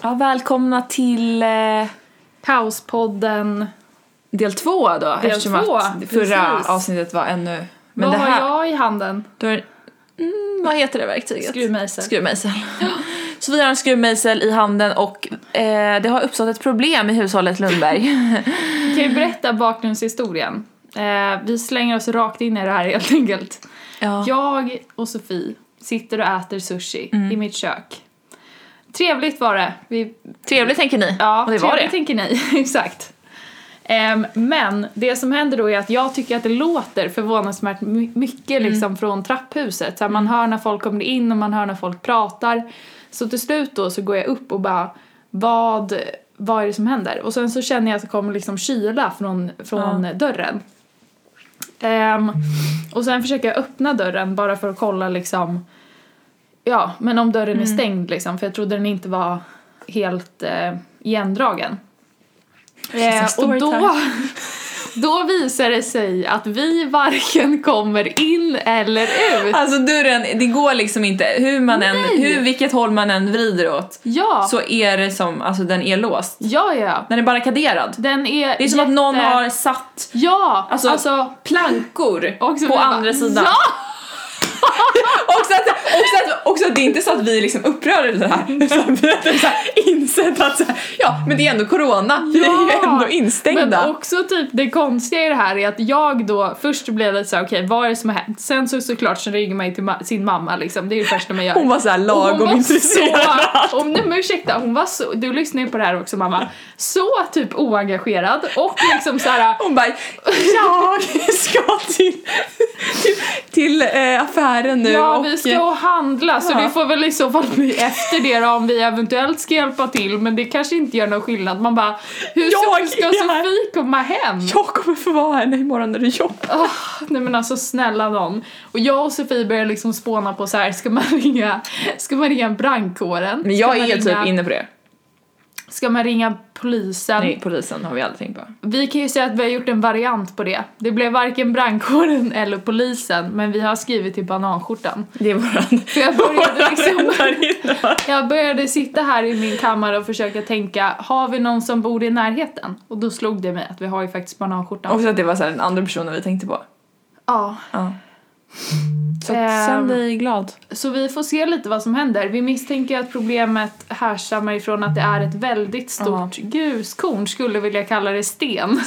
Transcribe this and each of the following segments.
Ja, välkomna till eh, Pauspodden. del två då. Del eftersom två, att det förra precis. avsnittet var ännu... Men Vad det här, har jag i handen? då är, mm, vad heter det verktyget? Skruvmejsel. Skruvmejsel. Så vi har en skruvmejsel i handen och eh, det har uppstått ett problem i hushållet Lundberg. Vi kan ju berätta bakgrundshistorien. Eh, vi slänger oss rakt in i det här helt enkelt. ja. Jag och Sofie sitter och äter sushi Mm. i mitt kök. Trevligt var det. Vi, Trevligt tänker ni. ja, och det var trevligt det. tänker ni. Exakt. Ehm, men det som händer då är att jag tycker att det låter förvånansvärt my- mycket Mm. liksom från trapphuset. Så här, man hör när folk kommer in och man hör när folk pratar. Så till slut då så går jag upp och bara vad, vad är det som händer? Och sen så känner jag att det kommer liksom kyla från, från dörren. Ehm, och sen försöker jag öppna dörren bara för att kolla liksom ja, men om dörren Mm. är stängd liksom för jag trodde den inte var helt eh, igendragen. Eh, och då, då visar det sig att vi varken kommer in eller ut. Alltså dörren, det går liksom inte. Hur man än, Nej. hur, vilket håll man än vrider åt Ja, så är det som, alltså den är låst. ja, ja. Den är barrikaderad. Den är Det är som att någon jätte- har satt Ja, Alltså- alltså, plankor Och så på vi bara, andra sidan. Ja! Också att, också, att, också att det är inte så att vi är liksom upprörda över det här. Så att vi har typ så här insett att så här, ja, men det är ändå corona. Vi är ju Ja. ändå instängda. Men också typ det konstiga i det här är att jag då först blev lite såhär okej vad är det som har hänt? Sen så såklart så ringer man ju till ma- sin mamma liksom, det är ju det första man gör. hon var så här Och hon lagom var intresserad. Så, om, nej men ursäkta, hon var så, du lyssnar ju på det här också mamma, så typ oengagerad och liksom såhär Hon bara, jag ska till, till, till eh, affären nu Ja, och vi ska och handla så Ja. det får väl i så fall bli efter det då, om vi eventuellt ska hjälpa till men det kanske inte gör någon skillnad. Man bara, hur Jag ska är här. Sofie komma hem? jag kommer få vara här imorgon när du jobbar. Åh, nej men alltså snälla någon. Och jag och Sofie började liksom spåna på så här, ska man ringa, ska man ringa brandkåren? Men ska jag man är typ ringa, inne på det. Ska man ringa polisen? Nej, polisen har vi aldrig tänkt på. Vi kan ju säga att vi har gjort en variant på det. Det blev varken brandkåren eller polisen, men vi har skrivit till bananskjortan. Det är våran... För jag började liksom... där inne. Jag började sitta här i min kammare och försöka tänka, har vi någon som bor i närheten? Och då slog det mig att vi har ju faktiskt bananskjortan. Också att det var så här den andra personen vi tänkte på. Ja, Ja. Så Ehm. sänd dig glad. Så vi får se lite vad som händer. Vi misstänker att problemet härstammar ifrån att det är ett väldigt stort gruskorn, skulle vilja kalla det sten.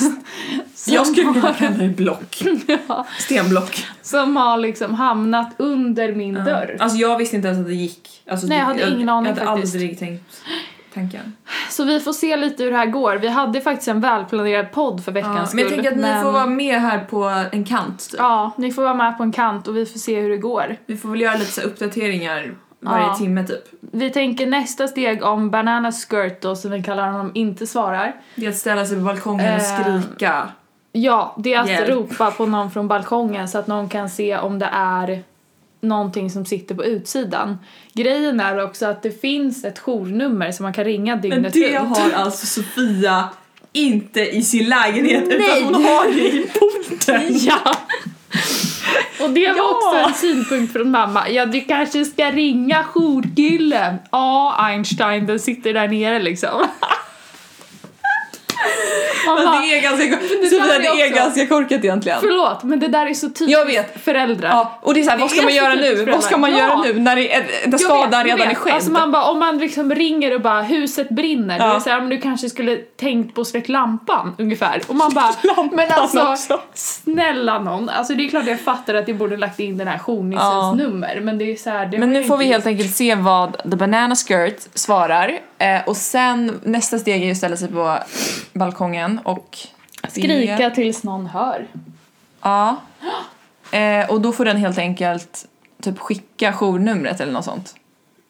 som, har, det i block. Ja, Stenblock. som har liksom hamnat under min dörr. Alltså jag visste inte ens att det gick. Alltså, Nej, jag hade ingen aning Jag hade faktiskt. aldrig tänkt tanken. Så vi får se lite hur det här går. Vi hade faktiskt en välplanerad podd för Ja, veckans men jag skull, tänker att ni men- får vara med här på en kant. Typ. Ja, ni får vara med på en kant och vi får se hur det går. Vi får väl göra lite så här uppdateringar varje Ja. timme typ. Vi tänker nästa steg om Banana Skirt då, som vi kallar honom, inte svarar. Det är att ställa sig på balkongen och Ehm. skrika. Ja, det är att Hjälp. ropa på någon från balkongen så att någon kan se om det är någonting som sitter på utsidan. Grejen är också att det finns ett journummer som man kan ringa Men dygnet det runt. har alltså Sofia inte i sin lägenhet Nej. utan hon har det i porten. Ja. Och det var Ja. också en synpunkt från mamma. Ja, du kanske ska ringa jourgillen. Ja, Einstein, den sitter där nere liksom. Man Men bara, det är ganska, det Sofia, där det är är också- ganska korkat egentligen. Förlåt, men det där är så typiskt Jag vet. föräldrar. Ja, och det är såhär, Det vad ska är man så göra typiskt nu? Vad ska man föräldrar. göra nu när, det är, när skadan jag redan är vet. skedd? Alltså man bara, om man liksom ringer och bara huset brinner, Ja. då är det så här, men du kanske skulle tänkt på att släcka lampan ungefär. Och man bara, men alltså också. snälla någon. Alltså det är klart jag fattar att jag borde lagt in den här journissens Ja. nummer, men det är så här, det Men var nu får vi inte- helt enkelt se vad The Banana Skirt svarar eh, och sen nästa steg är ju att ställa sig på balkongen och skrika tills någon hör. Ja. Eh, och då får den helt enkelt typ skicka journumret eller något sånt.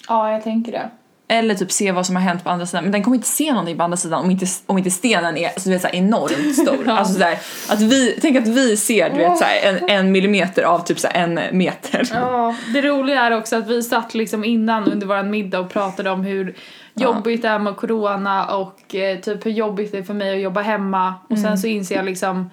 Ja, jag tänker det. Eller typ se vad som har hänt på andra sidan. Men den kommer inte se någonting på andra sidan om inte, om inte stenen är så du vet, så här, enormt stor. Ja. Alltså, så här, att vi, tänk att vi ser du vet, så här, en, en millimeter av typ så här, en meter. Ja, det roliga är också att vi satt liksom innan under våran middag och pratade om hur jobbigt det är med corona Mm. och eh, typ hur jobbigt det är för mig att jobba hemma och sen så inser jag liksom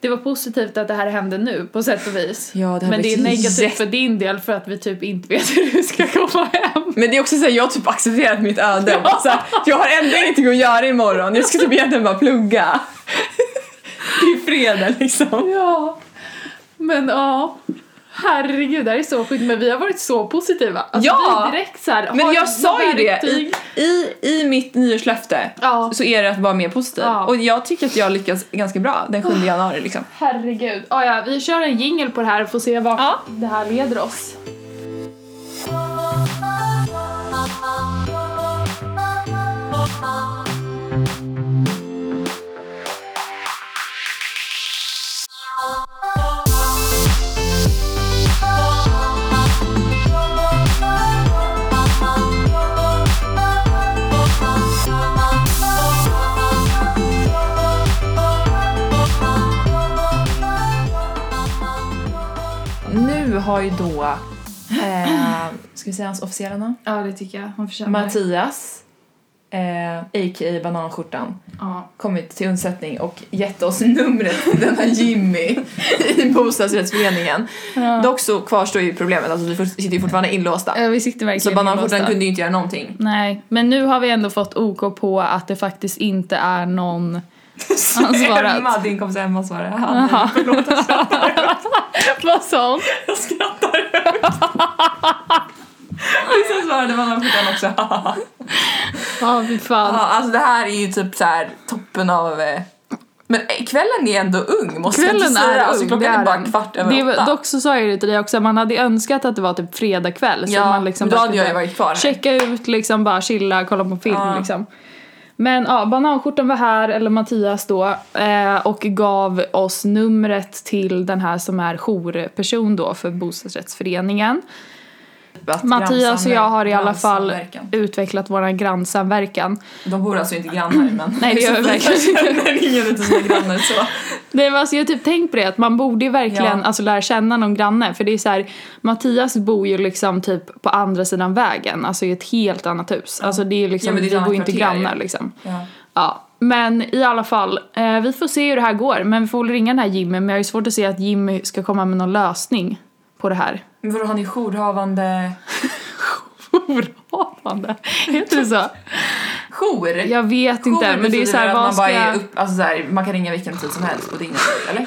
det var positivt att det här hände nu på sätt och vis. Ja, det här Men det blir är negativt jätte- för din del för att vi typ inte vet hur du ska komma hem. Men det är också såhär, jag har typ accepterat mitt öde. Så här, jag har ändå ingenting att göra imorgon. Jag ska typ egentligen bara plugga. Det är fredag liksom. Ja. Men ja. Herregud, det här är så sjukt. Men vi har varit så positiva. Alltså, Ja. Vi direkt så här, Men har jag sa ju det i, verktyg. i, i mitt nyårslöfte. Ja. Så är det att vara mer positiv. Ja. Och jag tycker att jag lyckas ganska bra den 7 januari liksom. Herregud. Ah, ja, vi kör en jingle på det här och får se vad Ja. det här leder oss. Nu har ju då, eh, ska vi säga hans officiella namn? Ja, det tycker jag. Hon förtjänar det. Mattias, eh, a.k.a. Bananskjortan, Ja. kommit till undsättning och gett oss numret till denna Jimmy i bostadsrättsföreningen. Dock så kvarstår ju problemet, alltså vi fort- sitter ju fortfarande inlåsta. Ja, vi sitter verkligen Så Bananskjortan inlåsta. kunde ju inte göra någonting. Nej, men nu har vi ändå fått OK på att det faktiskt inte är någon... Han svarat. Emma, din kompis Emma svarade. Han, Jaha. förlåt, jag skrattar högt. Vad sa hon? Jag skrattar högt. Och sen svarade Bananskjortan också. haha. Ja, fy Ja, fan. alltså det här är ju typ så här toppen av... eh, Men eh, kvällen är ändå ung måste jag Kvällen inte säga. är alltså, ung, klockan det är bara den. kvart över det, åtta. var- Dock så sa jag ju till dig också, man hade ju önskat att det var typ fredag kväll. så ja, man liksom men då bara hade jag ju kunde varit kvar. Checka ut, liksom bara chilla, kolla på film Ja. liksom. Men ja, bananskjortan var här, eller Mattias då, eh, och gav oss numret till den här som är jourperson då för bostadsrättsföreningen. Mattias och jag har i alla fall Grannsamverkan. utvecklat vår grannsamverkan. De bor alltså inte grannar men... Nej, det gör vi verkligen inte. ingen utav sina grannar så. Nej, men alltså jag har typ tänkt på det, att man borde ju verkligen Ja. alltså, lära känna någon granne. För det är så här, Mattias bor ju liksom typ på andra sidan vägen, alltså i ett helt annat hus. Alltså det är ju liksom, Ja, men det är ett vi annat bor ju inte kvarter, grannar ja. liksom. Ja. Ja, men i alla fall, eh, vi får se hur det här går. Men vi får väl ringa den här Jimmy, men jag har ju svårt att se att Jimmy ska komma med någon lösning på det här. Men vadå, han är jourhavande... Jourhavande, heter det så? Jour? Jag vet Jour inte, men det är betyder så här, att vad man, bara ska är jag... upp, alltså så här, man kan ringa vilken tid som helst på dygnet, eller?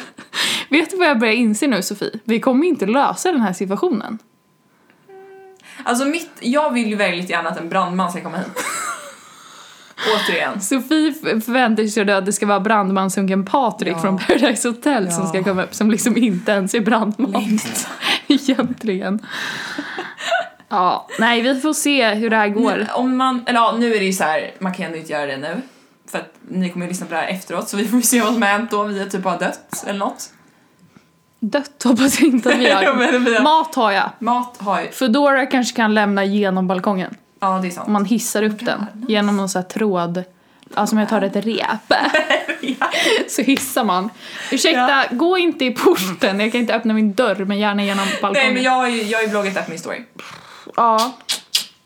Vet du vad jag börjar inse nu Sofie? Vi kommer inte lösa den här situationen. Alltså mitt, jag vill ju väldigt gärna att en brandman ska komma hit. Återigen. Sofie f- förväntar sig då att det ska vara brandmansungen Patrik Ja. från Paradise Hotel som Ja. ska komma upp, som liksom inte ens är brandman Längst. egentligen. Ja, nej vi får se hur det här går. Nu, om man, eller ja, nu är det ju så här, man kan ju inte göra det nu. För att ni kommer ju lyssna på det här efteråt så vi får ju se vad som har hänt då, om vi har typ har dött eller något. Dött hoppas jag inte att vi Ja, har. men vi har- Mat har jag. Mat har ju, Foodora kanske kan lämna genom balkongen. ja det är Om sant. man hissar upp den genom någon sån här tråd. Alltså om jag tar ett rep. så hissar man. Ursäkta, gå inte i porten. Jag kan inte öppna min dörr men gärna genom balkongen. Nej men jag har ju, jag har ju bloggat upp min story. Ja.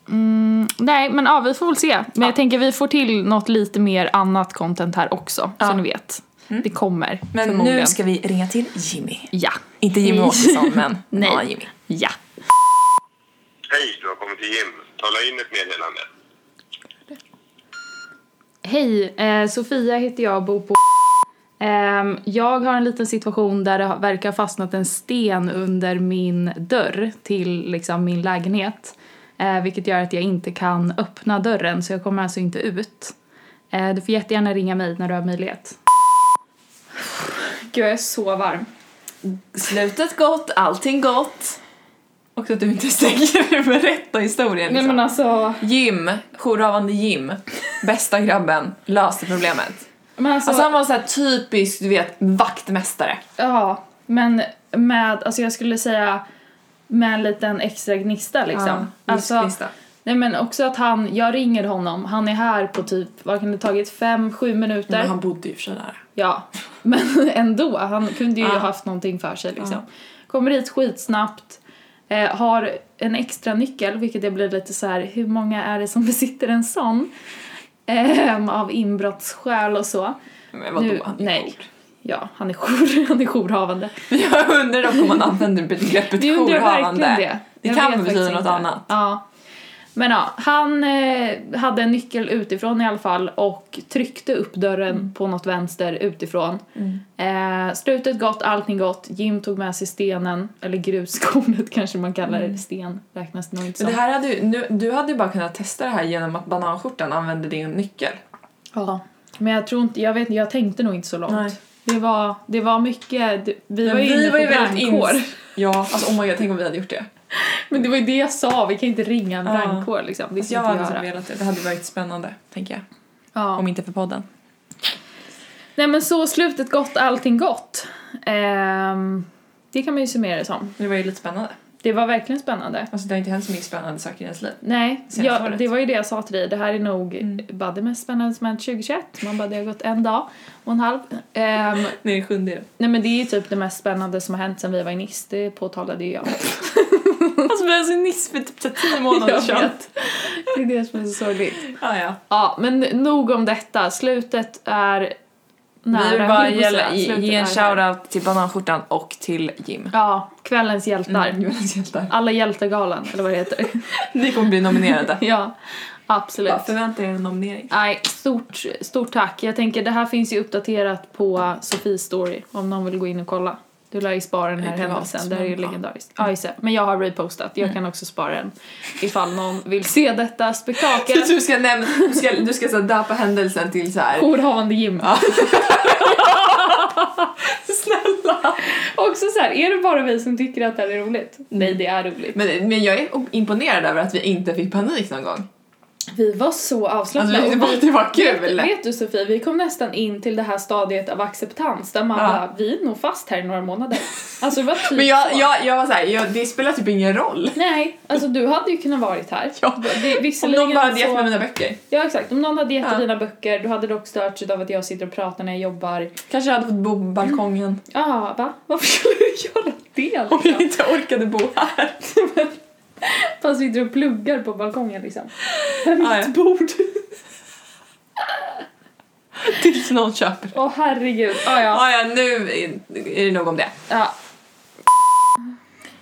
Mm, nej, men ja, vi får väl se. Men jag tänker vi får till något lite mer annat content här också, så Ja. Mm. ni vet. Det kommer Men nu förmodligen. ska vi ringa till Jimmy. Ja. Inte Jimmy Hej. Åkesson men, Nej. ja Jimmy. Ja. Hej, du har kommit till gym. Tala in ett meddelande. Hej, eh, Sofia heter jag och bor på Ehm, Jag har en liten situation där det har- verkar ha fastnat en sten under min dörr till liksom, min lägenhet. Eh, vilket gör att jag inte kan öppna dörren så jag kommer alltså inte ut. Eh, du får jättegärna ringa mig när du har möjlighet. Gud, jag är så varm. Slutet gott, allting gott. Och att du inte stänger berätta historien liksom. Nej men alltså... Jim, jourhavande Jim, bästa grabben, löste problemet. Men alltså, Alltså han var så här typisk, du vet, vaktmästare. Ja, men med... Alltså jag skulle säga med en liten extra gnista liksom. alltså, Alltså, Nej men också att han, jag ringer honom, han är här på typ, vad kan det tagit, fem, sju minuter? men han bodde ju för sig där. Ja, men ändå, han kunde ju Ja. haft någonting för sig liksom. Kommer hit skitsnabbt, eh, har en extra nyckel, vilket jag blir lite så här, hur många är det som besitter en sån? Ehm, av inbrottsskäl och så. Men vadå, Nu- han är nej. god. ja, han är, jour, han är jourhavande. Jag undrar dock om man använder begreppet Jag undrar verkligen jourhavande. det. Det Jag kan vet betyda faktiskt något inte. annat. Ja. Men ja, han eh, hade en nyckel utifrån i alla fall och tryckte upp dörren Mm. på något vänster utifrån. Eh, slutet gott, allting gott. Jim tog med sig stenen, eller gruskornet kanske man kallar det. Sten räknas det nog inte Mm. Men som. det här hade ju, nu, du hade ju bara kunnat testa det här genom att bananskjortan använde din nyckel. Ja. Men jag tror inte, jag vet inte, jag tänkte nog inte så långt. Nej. Det var, det var mycket, det- vi Men var ju inne på ins- brandkår. Ja, alltså oh my god, tänk om vi hade gjort det. Men det var ju det jag sa, vi kan inte ringa en Ja. brandkår liksom. Det Alltså, jag ska vi hade inte så göra. velat det. Det hade varit spännande, tänker jag. Ja. Om inte för podden. Nej men så, slutet gott, allting gott. Ehm, det kan man ju summera det som. Det var ju lite spännande. Det var verkligen spännande. Alltså det har inte hänt så mycket spännande saker i ens liv. Nej, Senaste jag, året. det var ju det jag sa till dig. Det här är nog Mm. bara det mest spännande som hänt 2021. Man bara, det har gått en dag och en halv. Ehm, Nej, det sjunde är det. nej men det är ju typ det mest spännande som har hänt sen vi var i Nice. Det påtalade ju jag. Alltså vi hade nyss för typ så här tio månader jag sedan. vet. Det är det som är så sorgligt. Ja, ja. Ja, men nog om detta. Slutet är nära. vi vill höll bara jag på att ge, säga. ge, Slutet ge en är nära. shoutout till bananskjortan och till Jim. Ja, kvällens hjältar. Mm, Jonas hjältar. Alla hjältegalan, eller vad det heter. Ni kommer bli nominerade. ja, absolut. Bara Förvänta er en nominering. Nej, stort, stort tack. Jag tänker, det här finns ju uppdaterat på Sofies story om någon vill gå in och kolla. Du lär ju spara den här Det är privat, händelsen, det här är ju men ja. Mm. legendariskt. Ja, just det. Men jag har repostat, jag kan också spara den ifall någon vill se detta spektakel. Du ska, nämna, du ska, du ska så här döpa händelsen till så här. Jourhavande Jim. Snälla! Också så här, är det bara vi som tycker att det här är roligt? Nej, det är roligt. Men, men jag är imponerad över att vi inte fick panik någon gång. Vi var så Alltså, avslappnade. vi och tyckte bara att det var kul. Vet, vet du Sofie, vi kom nästan in till det här stadiet av acceptans där man Ja. bara, vi är nog fast här i några månader. Alltså det var typ Men så. jag, jag, jag var såhär, jag, det spelar typ ingen roll. Nej, alltså du hade ju kunnat varit här. Ja. Det, Om visserligen någon bara hade så- gett mig mina böcker. Ja exakt, om någon hade gett dig Ja. dina böcker, du hade dock störts av att jag sitter och pratar när jag jobbar. Kanske jag hade fått bo på balkongen. Ja, ah, va? Varför skulle du göra det Om jag liksom? inte orkade bo här. Fast sitter och pluggar på balkongen liksom. Med mitt Ah, ja. bord. Tills någon köper. Åh herregud. Ah, ja. Ah, ja, nu är är det nog om det. ja.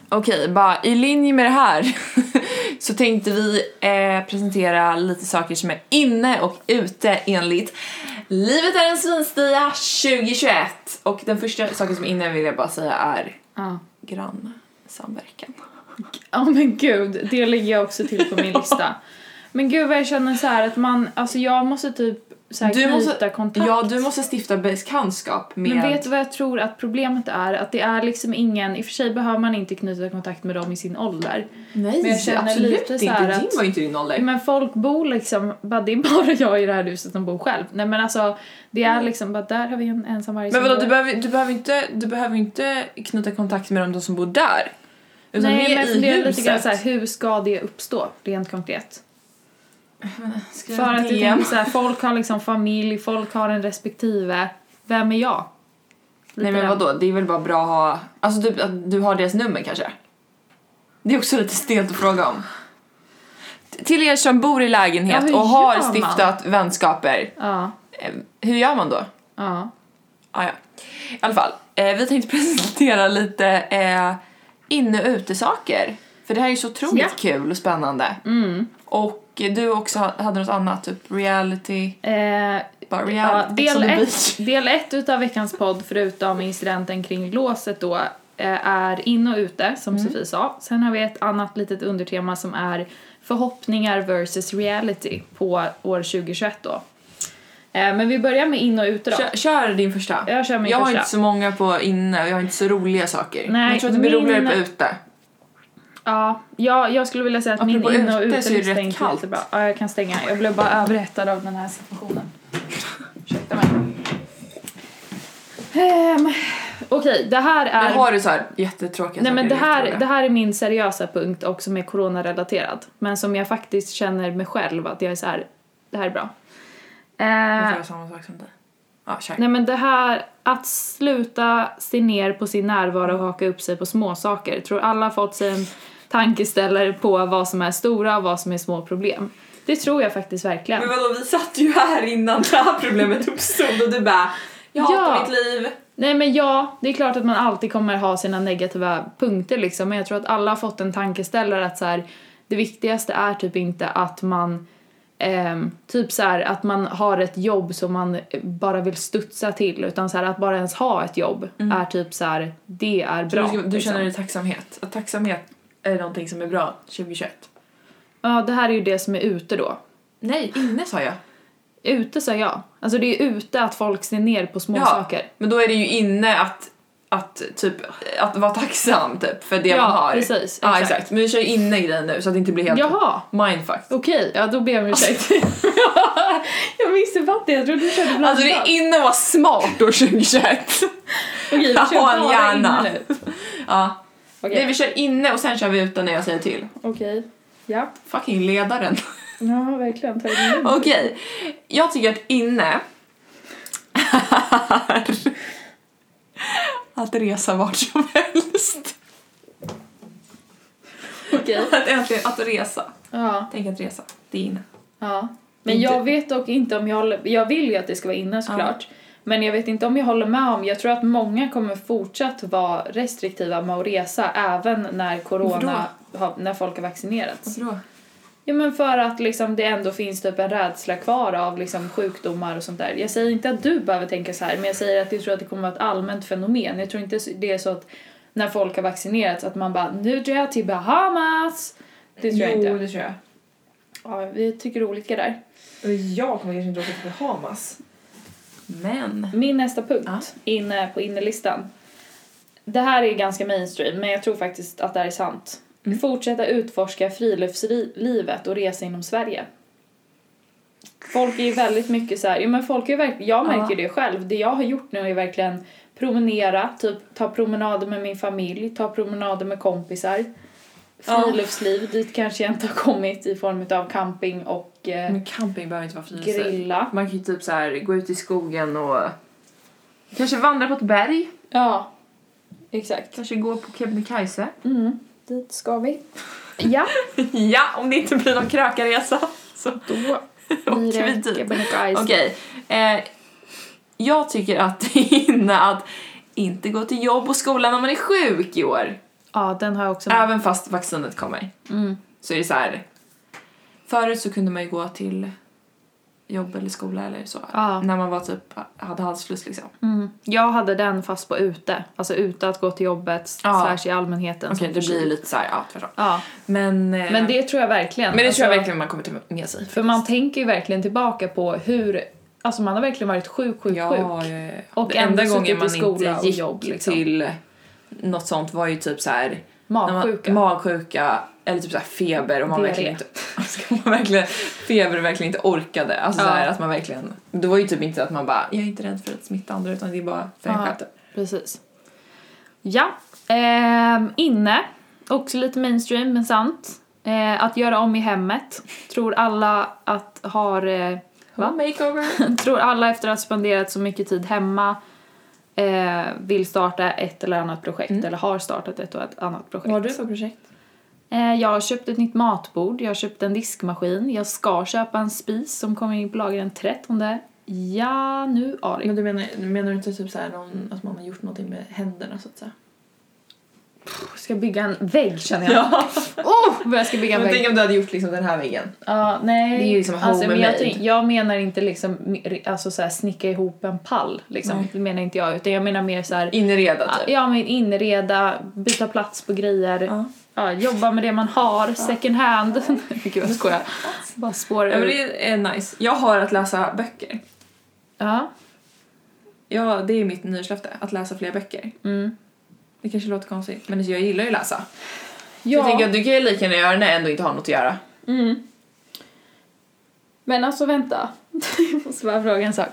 Okej, bara i linje med det här så tänkte vi eh, presentera lite saker som är inne och ute enligt Livet är en svinstia 2021. Och den första saken som är inne vill jag bara säga är Ah. grannsamverkan. Ja men gud, det lägger jag också till på min lista. Men gud vad jag känner så här att man, alltså jag måste typ så här Du knyta måste, kontakt. ja, du måste stifta bekantskap med... Men vet du vad jag tror att problemet är? Att det är liksom ingen, i och för sig behöver man inte knyta kontakt med dem i sin ålder. Nej, men jag känner absolut lite inte. så här Din att- Mm. var ju inte din ålder. Men folk bor liksom, bara, det är bara jag i det här huset som bor själv. Nej men alltså, det är liksom bara där har vi en ensam varg Mm. Men vadå, som bor. du behöver, du behöver inte, du behöver inte knyta kontakt med de som bor där. Utan mer Nej men i jag funderar lite huset. grann såhär, hur ska det uppstå rent konkret? Skriv För att jag DM. tänker såhär, folk har liksom familj, folk har en respektive. Vem är jag? Lite Nej men den. vadå, det är väl bara bra att ha... Alltså typ att du har deras nummer kanske? Det är också lite stelt att fråga om. T- Till er som bor i Ja, lägenhet hur och har gör man? stiftat vänskaper, Ja, eh, hur gör man då? ja. Ah, ja. I alla fall, eh, vi tänkte presentera lite eh, inne och utesaker. För det här är ju så otroligt Ja. kul och spännande. Mm. Och eh, du också ha- hade något annat, typ reality. Eh, Bara Ja, reality. Ex on del, the ett, beach. del ett utav veckans podd, förutom incidenten kring låset då, eh, är in och ute, som Mm. Sofie sa. Sen har vi ett annat litet undertema som är förhoppningar versus reality på år 2021 då. Eh, Men vi börjar med in och ute då. Kör, kör din första. Jag kör min jag har första. inte så många på inne och jag har inte så roliga saker. Nej, Men jag tror att det blir min- roligare på ute. Ja, jag, jag skulle vilja säga att min Apropå in och ute så är det utelista rätt inte är kallt. jättebra. Ja, jag kan stänga. Jag blev bara överhettad av den här situationen. Ursäkta mig. Ehm, Okej, det här Men är... har du så här jättetråkiga Nej saker? men det är här, jätteroliga. det här är min seriösa punkt och som är coronarelaterad. Men som jag faktiskt känner mig själv att jag är så här, det här är bra. Jag Eh, tror jag har samma sak som dig. Ja, kör. nej men det här att sluta se ner på sin närvaro och haka upp sig på småsaker. Jag tror alla har fått sig en tankeställare på vad som är stora och vad som är små problem. Det tror jag faktiskt verkligen. Men vadå, vi satt ju här innan det här problemet uppstod och du bara Jag hatar Ja. mitt liv, Nej men ja, det är klart att man alltid kommer ha sina negativa punkter liksom. Men jag tror att alla har fått en tankeställare att så här, det viktigaste är typ inte att man ehm, typ så här, att man har ett jobb som man bara vill studsa till utan så här, att bara ens ha ett jobb är typ så här, det är Mm. Du, bra. ska, du liksom. känner dig tacksamhet? Att tacksamhet är någonting som är bra 2021? Ja, det här är ju det som är ute då. Nej, inne sa jag. Ute sa jag. Alltså det är ju ute att folk ser ner på små saker. men då är det ju inne att, att, typ, att vara tacksam typ, för det Ja, man har. precis, Ja, exakt. exakt. Men vi kör ju inne grejen nu så att det inte blir helt Alltså, Jaha! mindfuck. Okej, ja då ber jag om ursäkt. jag missuppfattade, jag trodde du körde blandat. Alltså det är inne att vara smart år 2021. Okej, vi Jag kör har en bara hjärna. in nu. ja. Nej, Okej. vi kör inne och sen kör vi utan när jag säger till. Okej. Ja. Fucking ledaren. Ja, verkligen. Ta in nu. Okej, jag tycker att inne är att resa vart som helst. Okej. Att, äntligen- att resa. Ja. Tänk att resa, det är inne. ja. Men jag vet dock inte om jag håller... Jag vill ju att det ska vara inne såklart. Men jag vet inte om jag håller med om... Jag tror att många kommer fortsatt vara restriktiva med att resa även när corona... har- När folk har vaccinerats. Varför då? Ja men för att liksom det ändå finns typ en rädsla kvar av liksom sjukdomar och sånt där. Jag säger inte att du behöver tänka så här men jag säger att jag tror att det kommer vara ett allmänt fenomen. Jag tror inte det är så att när folk har vaccinerats att man bara nu drar jag till Bahamas. Det tror jag inte. det tror jag. Ja, vi tycker olika där. Jag kommer kanske inte åka till Bahamas. Men. Min nästa punkt Ja. inne på innerlistan. Det här är ganska mainstream men jag tror faktiskt att det här är sant. Mm. Fortsätta utforska friluftslivet och resa inom Sverige. Folk är ju väldigt mycket så här, ja, men folk är verk- jag märker ju det själv. Det jag har gjort nu är verkligen promenera, typ ta promenader med min familj, ta promenader med kompisar. Ja. Friluftsliv, dit kanske jag inte har kommit i form av camping och eh, Men camping behöver inte vara friluftsliv. grilla. Man kan ju typ så här gå ut i skogen och kanske vandra på ett berg. Ja, exakt. Kanske gå på Kebnekaise. Mm. Dit ska vi. Ja. ja, om det inte blir någon krökarresa så Då åker vi blir det dit. Kebnekaise. Okej. Eh, jag tycker att det är inne att inte gå till jobb och skola när man är sjuk i år. Ja, den har jag också. Även fast vaccinet kommer. Mm. Så är det så här. Förut så kunde man ju gå till jobb eller skola eller så. Ja. När man var typ, hade halsfluss liksom. Mm. Jag hade den fast på ute. Alltså ute att gå till jobbet, Ja. slash i allmänheten. Okej, som det förkyld. blir lite så här, ja tvärtom. Ja, Men, eh, men det tror jag verkligen. men det tror jag Alltså, verkligen man kommer ta med sig. För man tänker ju verkligen tillbaka på hur... Alltså man har verkligen varit sjuk, sjuk, ja, ja, sjuk. ja. Och Och enda ändå gången suttit i man skola inte och gick jobb, liksom. till något sånt var ju typ så här när Magsjuka. Man, magsjuka eller typ så här feber och man Diarré. verkligen inte ska man verkligen feber och verkligen inte orkade. Alltså så Ja. här att man verkligen det var ju typ inte att man bara jag är inte rädd för att smitta andra utan det är bara för en Ja, själv. Precis. Ja. Ehm, inne. Också lite mainstream, men sant. Eh, att göra om i hemmet. Tror alla att har... Eh, va? Home makeover. tror alla efter att ha spenderat så mycket tid hemma eh, vill starta ett eller annat projekt eller har startat ett och ett annat projekt. för projekt? Eh, jag har köpt ett nytt matbord, jag har köpt en diskmaskin, jag ska köpa en spis som kommer in på lager den 13 januari. du menar, menar du inte typ så här att man har gjort någonting med händerna så att säga? Ska bygga en vägg känner jag. Ja. Oh, vad jag ska bygga en Men vägg. tänk om du hade gjort liksom den här väggen. Ja, nej. Alltså, Det är ju liksom men jag, homemade. tänk- jag menar inte liksom, mer- alltså så här, snicka ihop en pall. Liksom. Nej. Det menar inte jag. Utan jag menar mer så här, Inreda Ja, typ. Ja, men inreda, byta plats på grejer, Ja. ja. jobba med det man har, second hand. Gud, jag skojar. Bara spårar Ja, men ur. det är nice. Jag har att läsa böcker. Ja. Ja, det är mitt nyårslöfte, att läsa fler böcker. Mm. Det kanske låter konstigt, men jag gillar ju att läsa. Jag tänker ja. att du kan ju lika gärna göra det när jag ändå inte har något att göra. Mm. Men alltså vänta, jag måste bara fråga en sak.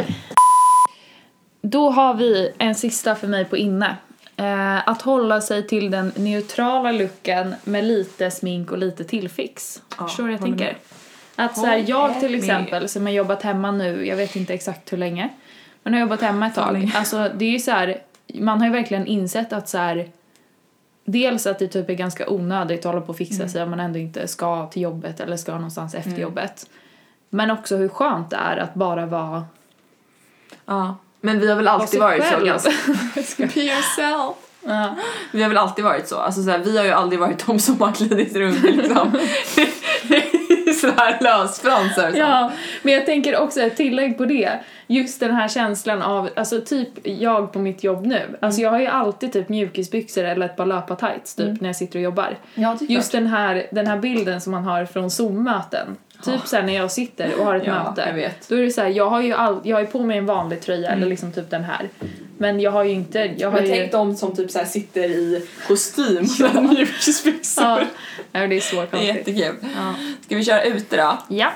Då har vi en sista för mig på inne. Eh, att hålla sig till den neutrala looken med lite smink och lite tillfix. Ja, Förstår du vad jag håller med. tänker? Att så här, Håll jag till med. exempel som har jobbat hemma nu, jag vet inte exakt hur länge, men har jobbat hemma ett tag. länge. Alltså det är ju så här, man har ju verkligen insett att så här, dels att det typ är ganska onödigt att hålla på och fixa sig om man ändå inte ska till jobbet eller ska någonstans efter jobbet. Men också hur skönt det är att bara vara Ja. Men vi har väl alltid Av sig varit så själv. ganska... Jag skojar. Be yourself. Ja. Vi har väl alltid varit så. Alltså, så här, vi har ju aldrig varit de som har glidit runt liksom. i så här lösfransar. och sånt. Ja, liksom. men jag tänker också ett tillägg på det. Just den här känslan av, alltså typ jag på mitt jobb nu. Alltså jag har ju alltid typ mjukisbyxor eller ett par löpartights typ när jag sitter och jobbar. Ja, det är Just den här, den här bilden som man har från Zoom-möten. Typ såhär när jag sitter och har ett Ah. Ja, möte. jag vet. Mm. Då är det såhär, jag har ju all, jag har ju på mig en vanlig tröja eller liksom typ den här. Men jag har ju inte, jag har Men ju... tänk de som typ så här sitter i kostym och mjukisbyxor. ja. Nej, men det är så Det är konstigt. jättekul. Ja. Ska vi köra ute då? ja.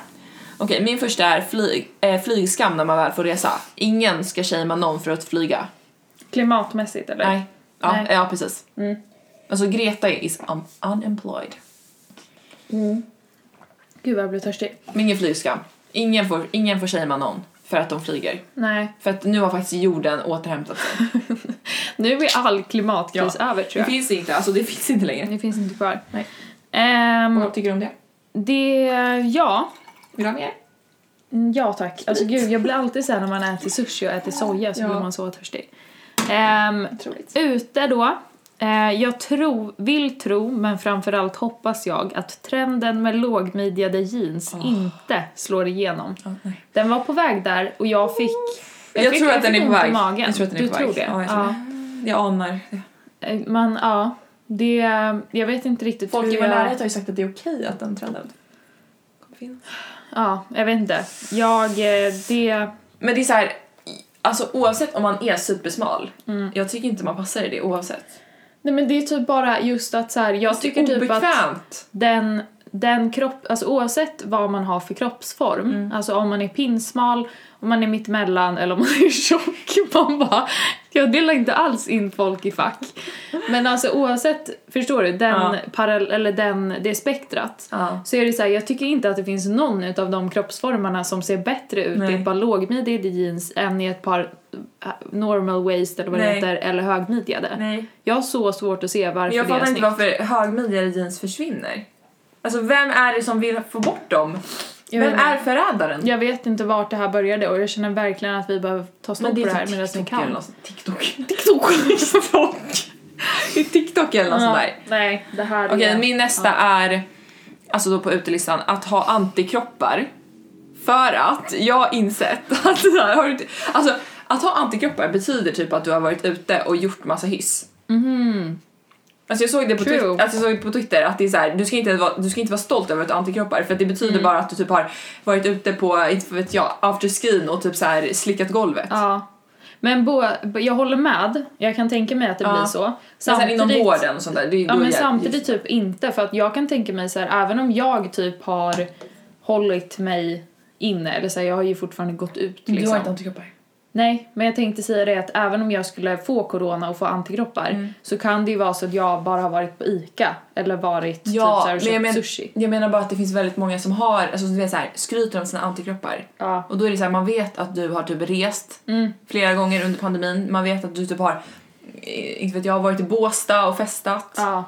Okej, min första är flyg, eh, flygskam när man väl får resa. Ingen ska shamea någon för att flyga. Klimatmässigt eller? Nej. Ja, Nej. ja precis. Mm. Alltså Greta is un- unemployed. Gud vad jag blev törstig. Men ingen flygskam. Ingen får, ingen får shamea någon för att de flyger. Nej. För att nu har faktiskt jorden återhämtat sig. Nu är all klimatkris Ja. över tror Det jag. finns inte, alltså det finns inte längre. Det finns inte kvar. Nej. Ehm, Vad tycker du om det? det, ja. Vill du ha mer? Mm, Ja tack. Alltså gud, jag blir alltid såhär när man äter sushi och äter soja så Ja. blir man så törstig. Ehm, Otroligt. ute då. Eh, jag tror, vill tro, men framförallt hoppas jag att trenden med lågmidjade jeans Ah. inte slår igenom. nej. Den var på väg där och jag fick... Jag, fick- tror att den fick är på ont i väg. Magen. Jag tror att den är du på tror väg. det? Ja, jag tror Ja. det. Jag anar. Eh, Man, ja. Det, jag vet inte riktigt Folk hur i vår jag- närhet har ju sagt att det är okej att den trenden kommer finnas. Ja, jag vet inte. Jag, eh, det... Men det är så här, alltså oavsett om man är supersmal, Mm. jag tycker inte man passar i det oavsett. Nej men det är typ bara just att så här, jag tycker typ att Alltså, Obekvämt! den, den kropp, alltså oavsett vad man har för kroppsform, Mm. alltså om man är pinsmal, om man är mittemellan eller om man är tjock, man bara, jag delar inte alls in folk i fack. Men alltså oavsett, förstår du, den Ja. parallell, eller den, det spektrat, Ja. så är det så här, jag tycker inte att det finns någon utav de kroppsformarna som ser bättre ut Nej. i ett par lågmidjade jeans än i ett par eh, normal waist eller vad det Nej. heter, eller högmidjade. Nej. Jag har så svårt att se varför Men jag det är fattar inte snyggt. varför högmidjade jeans försvinner. Alltså vem är det som vill få bort dem? Jag vem vet inte. är förrädaren? Jag vet inte vart det här började och jag känner verkligen att vi behöver ta stopp på det här medan vi eller kan. något sånt. TikTok. TikTok. TikTok. Det är TikTok eller något sånt där. nej, det här Alltså, Okej, min nästa är, alltså då på utelistan, att ha antikroppar. För att jag har insett att det här har du inte- alltså att ha antikroppar betyder typ att du har varit ute och gjort massa hyss. Alltså jag såg det på, Mm-hmm. True. Twitter, alltså jag såg det på Twitter att det är så här, du, ska inte vara, du ska inte vara stolt över att du har antikroppar för att det betyder Mm. bara att du typ har varit ute på, inte vet jag, afterskin och typ så här slickat golvet. Alltså, Ja. Men bo, jag håller med, jag kan tänka mig att det Ja. blir så. Men sen inom vården och sånt där. Det, är- Ja då men är- samtidigt typ inte för att jag kan tänka mig så här även om jag typ har hållit mig inne eller så här, jag har ju fortfarande gått ut Du har liksom. inte antikroppar. Nej, men jag tänkte säga det att även om jag skulle få corona och få antikroppar Mm. så kan det ju vara så att jag bara har varit på ICA eller varit typ så här, och köpt men, sushi. jag menar bara att det finns väldigt många som har, alltså du vet så här, skryter om sina antikroppar. Ja. Och då är det så här, man vet att du har typ rest Mm. flera gånger under pandemin, man vet att du typ har, eh, inte vet jag, varit i Båstad och festat. Ja.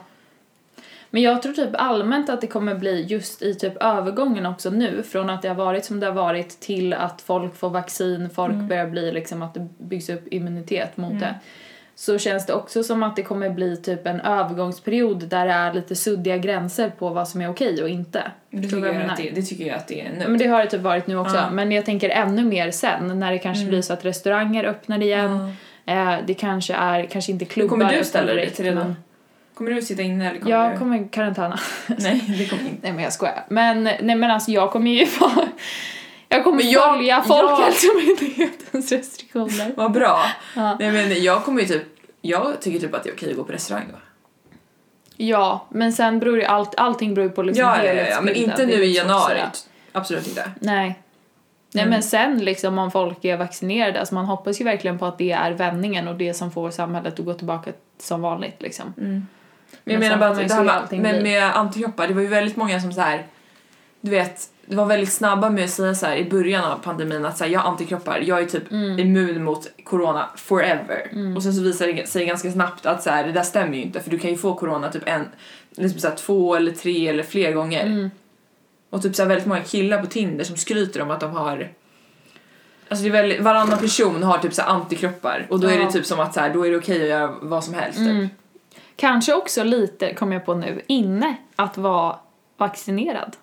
Men jag tror typ allmänt att det kommer bli just i typ övergången också nu från att det har varit som det har varit till att folk får vaccin, folk Mm. börjar bli liksom att det byggs upp immunitet mot det. Så känns det också som att det kommer bli typ en övergångsperiod där det är lite suddiga gränser på vad som är okej och inte. Det, Förstår du tycker vad jag menar? att det, det tycker jag att det är nu. Ja, Men det har det typ varit nu också. Ja. Mm. Men jag tänker ännu mer sen när det kanske blir så att restauranger öppnar igen. Eh, det kanske är, kanske inte klubbar kommer du öppnar ställa dig direkt, till det då? men- Kommer du sitta inne eller kommer Jag du? kommer karantäna. Nej, det kommer inte. nej men jag skojar. Men, nej men alltså jag kommer ju vara- Jag kommer Men jag- följa jag- Folkhälsomyndighetens restriktioner. Vad bra. Ja. Nej men jag kommer ju typ, jag tycker typ att det är okej att gå på restaurang va? Ja, men sen beror ju allt, allting beror ju på liksom Ja, ja, ja, ja, men helhetsbilden. inte Det är liksom nu i svårt att januari. Mm. säga. Absolut inte. Nej. Nej men sen liksom om folk är vaccinerade, alltså man hoppas ju verkligen på att det är vändningen och det som får samhället att gå tillbaka som vanligt liksom. Mm. Men jag Men menar sen bara får man ju att det här se med, hur allting med, blir. med antikroppar, det var ju väldigt många som så här, du vet, det var väldigt snabba med att säga så här i början av pandemin att så här, jag har antikroppar, jag är typ Mm. immun mot corona forever. Och sen så visade det sig ganska snabbt att så här, det där stämmer ju inte för du kan ju få corona typ en, liksom så här, två eller tre eller fler Mm. gånger. Och typ så här, väldigt många killar på Tinder som skryter om att de har Alltså det är väl, varannan person har typ så här antikroppar och då är Ja. Mm. det typ som att så här, då är det okej att göra vad som helst. Typ. Kanske också lite, kom jag på nu, inne att vara vaccinerad.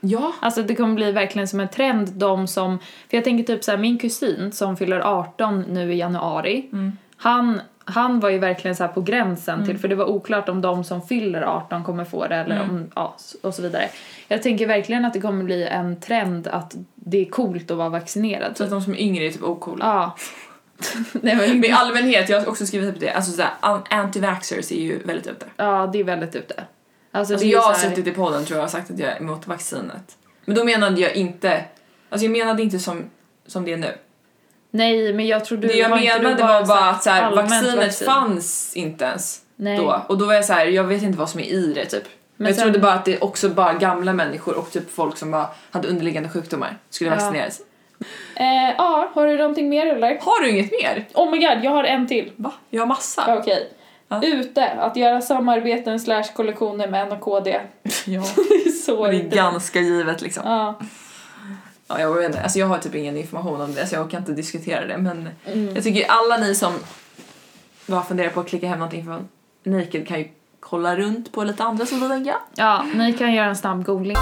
Ja. Alltså det kommer bli verkligen som en trend de som, för jag tänker typ så här, min kusin som fyller 18 nu i januari, Mm. han, han var ju verkligen så här på gränsen till, för det var oklart om de som fyller 18 kommer få det Mm. eller om, ja, s- och så vidare. Jag tänker verkligen att det kommer bli en trend att det är coolt att vara vaccinerad. Så att de som är yngre är typ ocoola. Ja. Nej, men, Men i allmänhet, jag har också skrivit upp det, alltså såhär, anti-vaxxers är ju väldigt ute. ja, det är väldigt ute. Alltså, Alltså det är jag har så här- suttit i podden tror jag och sagt att jag är emot vaccinet. Men då menade jag inte, alltså jag menade inte som, som det är nu. Nej, men jag tror du... det jag var inte du menade var en bara att såhär, allmänt vaccinet vaccin? fanns inte ens Nej. då. Och då var jag så här, jag vet inte vad som är i det typ. Men jag sen- trodde bara att det också bara gamla människor och typ folk som bara hade underliggande sjukdomar skulle Ja. vaccineras. Eh, ja, har du någonting mer eller? Har du inget mer? Oh my god, jag har en till. Va? Jag har massa. Ja, Okej. Ja. Ute, att göra samarbeten slash kollektioner med N och KD. Ja. Det är så Det är inte. ganska givet liksom. Ja. Ja, jag, vet inte. Alltså, jag har typ ingen information om det så jag orkar inte diskutera det men jag tycker alla ni som bara funderar på att klicka hem någonting från Naked kan ju kolla runt på lite andra som vi tänker. ja, ni kan göra en snabb googling.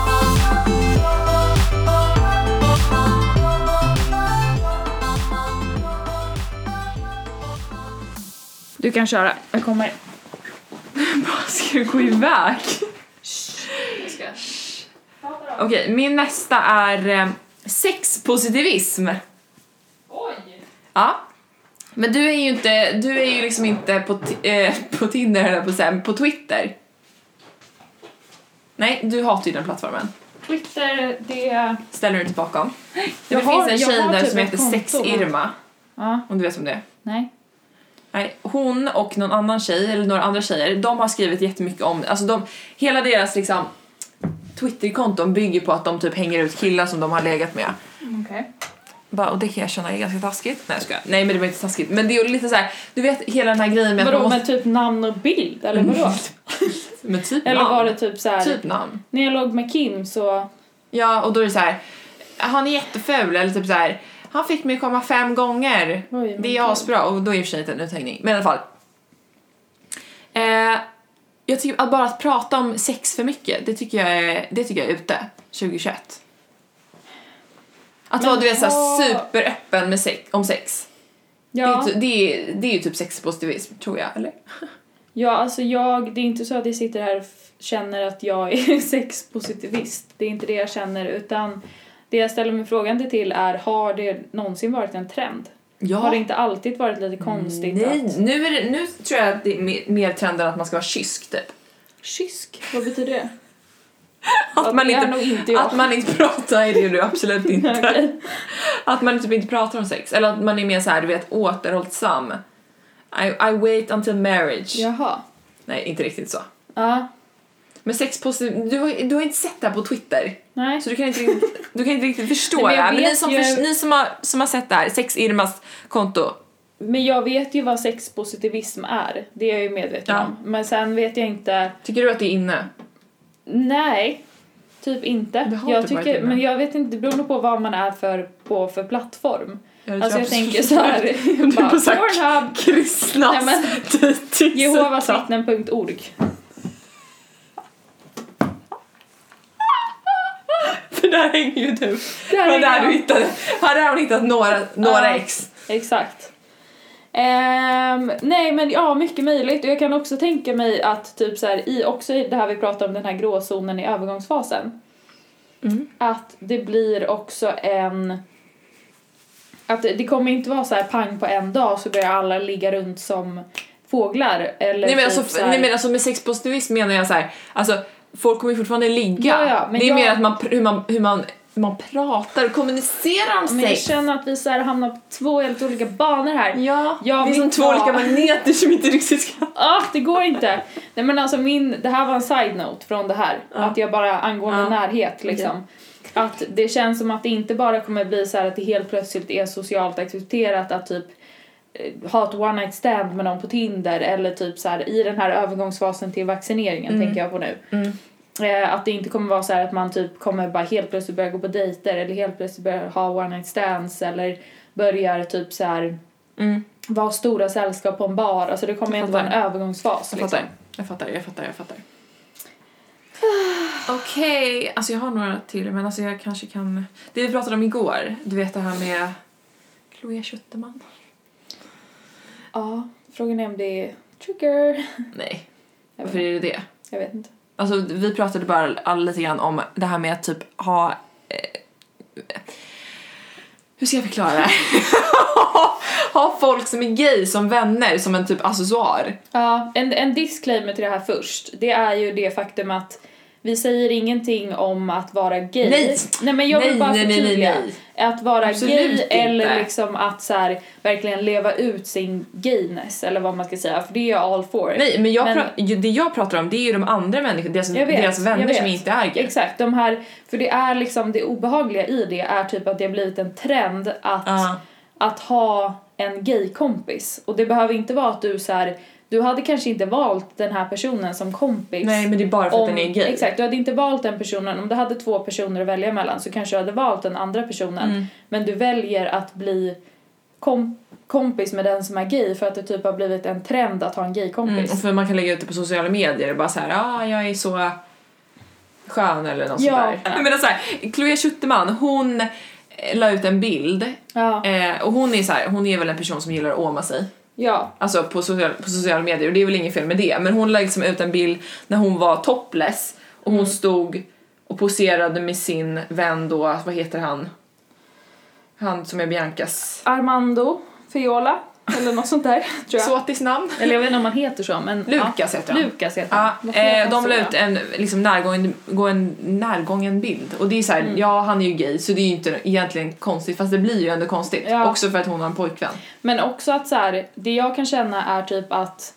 Du kan köra, jag kommer. Ska du gå iväg? Okej, min nästa är eh, sexpositivism. Oj! Ja. Men du är ju inte, du är ju liksom inte på, ti- eh, på Tinder höll jag på att säga, men på Twitter. Nej, du hatar ju den plattformen. Twitter, det... Ställer du dig bakom. Det Jag har- finns en jag tjej har där typ som ett heter konto. Sex-Irma, Ja, om du vet om det är. nej. Nej, hon och någon annan tjej, eller några andra tjejer, de har skrivit jättemycket om det. Alltså de, hela deras liksom Twitterkonton bygger på att de typ hänger ut killar som de har legat med. Mm, Okej. Bara, och det kan jag känna är ganska taskigt. Nej jag skojar. Nej men det var inte taskigt. Men det är ju lite så här, du vet hela den här grejen med att Vadå man med typ namn och bild eller vadå? måste... Med typ Eller namn. var det typ så här, Typ namn. när jag låg med Kim så... Ja och då är det så här, han är jätteful eller typ så här, han fick mig komma fem gånger. Oj, men det gud. är asbra och då är i och för sig inte en uthängning. Men i alla fall. Eh, jag tycker att bara att prata om sex för mycket, det tycker jag är, det tycker jag är ute 2021. Att Men vara du är såhär vad- superöppen med sex, om sex. Ja, Det, är, ju ty- det, är, det är ju typ sexpositivism tror jag, eller? ja alltså jag, det är inte så att jag sitter här och f- känner att jag är sexpositivist. Det är inte det jag känner utan det jag ställer mig frågan till är har det någonsin varit en trend? Ja. Har det inte alltid varit lite konstigt att... Nej, nu, är det, nu tror jag att det är mer- mer trenden att man ska vara kysk typ. Kysk, vad betyder det? Att, Att man, det är inte, nog inte jag. att man inte pratar är det du absolut inte. Okej. att man typ inte pratar om sex. Eller att man är mer så här, du vet, återhållsam. I, I wait until marriage. Jaha. Nej, inte riktigt så. Ja. Men sexpositiv... Du, har- du har inte sett det här på Twitter. Nej. Så du kan inte riktigt, du kan inte riktigt förstå Nej, men det jag här. Men ni vet som, ju- förs- ni som, har, som har sett det här, Sex-Irmas konto. Men jag vet ju vad sexpositivism är. Det är jag ju medveten Ja. om. Men sen vet jag inte... Tycker du att det är inne? Nej, typ Det inte. har Jag inte varit tycker, inne. men jag vet inte, det beror nog på vad man är för, på för plattform. Ja, det alltså tror jag tänker absolut. så här, Du är bara, på så här Pornhub, Nej, Kristnas men- dejtingsida. jehovasvittnen.org. För där hänger ju du. Där Det var hänger där jag. du hittade. Här har hon hittat några, några Ja. ex. Exakt. Ehm, nej men ja, mycket möjligt. Och jag kan också tänka mig att typ så här, i, också i det här vi pratar om, den här gråzonen i övergångsfasen. Mm. Att det blir också en... Att det, det kommer inte vara så här pang på en dag så börjar alla ligga runt som fåglar. Eller Nej men, typ alltså, så här- nej men alltså med sexpositivism menar jag så här, alltså folk kommer ju fortfarande ligga. Ja, ja, men det är jag- mer att man, pr- hur, man, hur man, man pratar och kommunicerar om men jag sex. känner att vi så här hamnar på två helt olika banor här. Ja, Ja, det är som mitt två var- olika magneter som inte riktigt ska... Ah, det går inte! Nej men alltså min, det här var en side-note från det här. Att jag bara angående Ja. närhet liksom. Att det känns som att det inte bara kommer bli så här att det helt plötsligt är socialt accepterat att typ eh, ha ett one night stand Mm. med någon på Tinder eller typ så här i den här övergångsfasen till vaccineringen tänker jag på nu. Eh, att det inte kommer vara så här att man typ kommer bara helt plötsligt börja gå på dejter eller helt plötsligt börja ha one night stands eller börjar typ så här Mm. vara stora sällskap på en bar. Alltså det kommer Jag inte vara en fattar. övergångsfas. Jag liksom. fattar, jag fattar, jag fattar, jag fattar. Okej, alltså jag har några till men alltså jag kanske kan... Det vi pratade om igår, du vet det här med Chloé Kötterman? Ja, frågan är om det är trigger. Nej, Jag varför vet, är det det? jag vet inte. Alltså vi pratade bara all- lite grann om det här med att typ ha... Eh, hur ska jag förklara det här? ha folk som är gay som vänner, som en typ accessoar. Ja, en, en disclaimer till det här först. Det är ju det faktum att vi säger ingenting om att vara gay. Nej! nej men jag vill Nej, bara nej, nej, nej, förtydliga. nej. Att vara Absolut gay inte. eller liksom att så här, verkligen leva ut sin gayness eller vad man ska säga. För det är jag all for. Nej, men, jag Men- pra- ju- det jag pratar om det är ju de andra människorna, deras, Jag vet, deras vänner jag vet. som inte är gay. Exakt, de här, för det är liksom det obehagliga i det är typ att det har blivit en trend att Ja. att ha en gay-kompis. Och det behöver inte vara att du så här, du hade kanske inte valt den här personen som kompis. Nej, men det är bara för att om- den är gay. Exakt, du hade inte valt den personen. Om du hade två personer att välja mellan så kanske du hade valt den andra personen. Mm. Men du väljer att bli kom, kompis med den som är gay för att det typ har blivit en trend att ha en Mm, gay-kompis. och för man kan lägga ut det på sociala medier och bara så här, ah, jag är så skön eller något Ja. sånt där. Jag menar så här, Chloé Schuterman, hon eh, la ut en bild Ja, eh, och hon är så här, hon är väl en person som gillar att åma sig. ja, Alltså på, social, på sociala medier och det är väl inget fel med det men hon la liksom ut en bild när hon var topless och Mm. hon stod och poserade med sin vän då, vad heter han? Han som är Biancas Armando Fiola eller något sånt där tror jag. såtis namn. Eller jag vet inte om han heter så men... Lukas ja. heter han. Lukas heter Ja, Varför heter eh, han de så, la ja? ut en liksom, närgången, gåen- närgången bild och det är så här, Mm. ja han är ju gay så det är ju inte egentligen konstigt fast det blir ju ändå konstigt Ja. också för att hon har en pojkvän. Men också att så här, det jag kan känna är typ att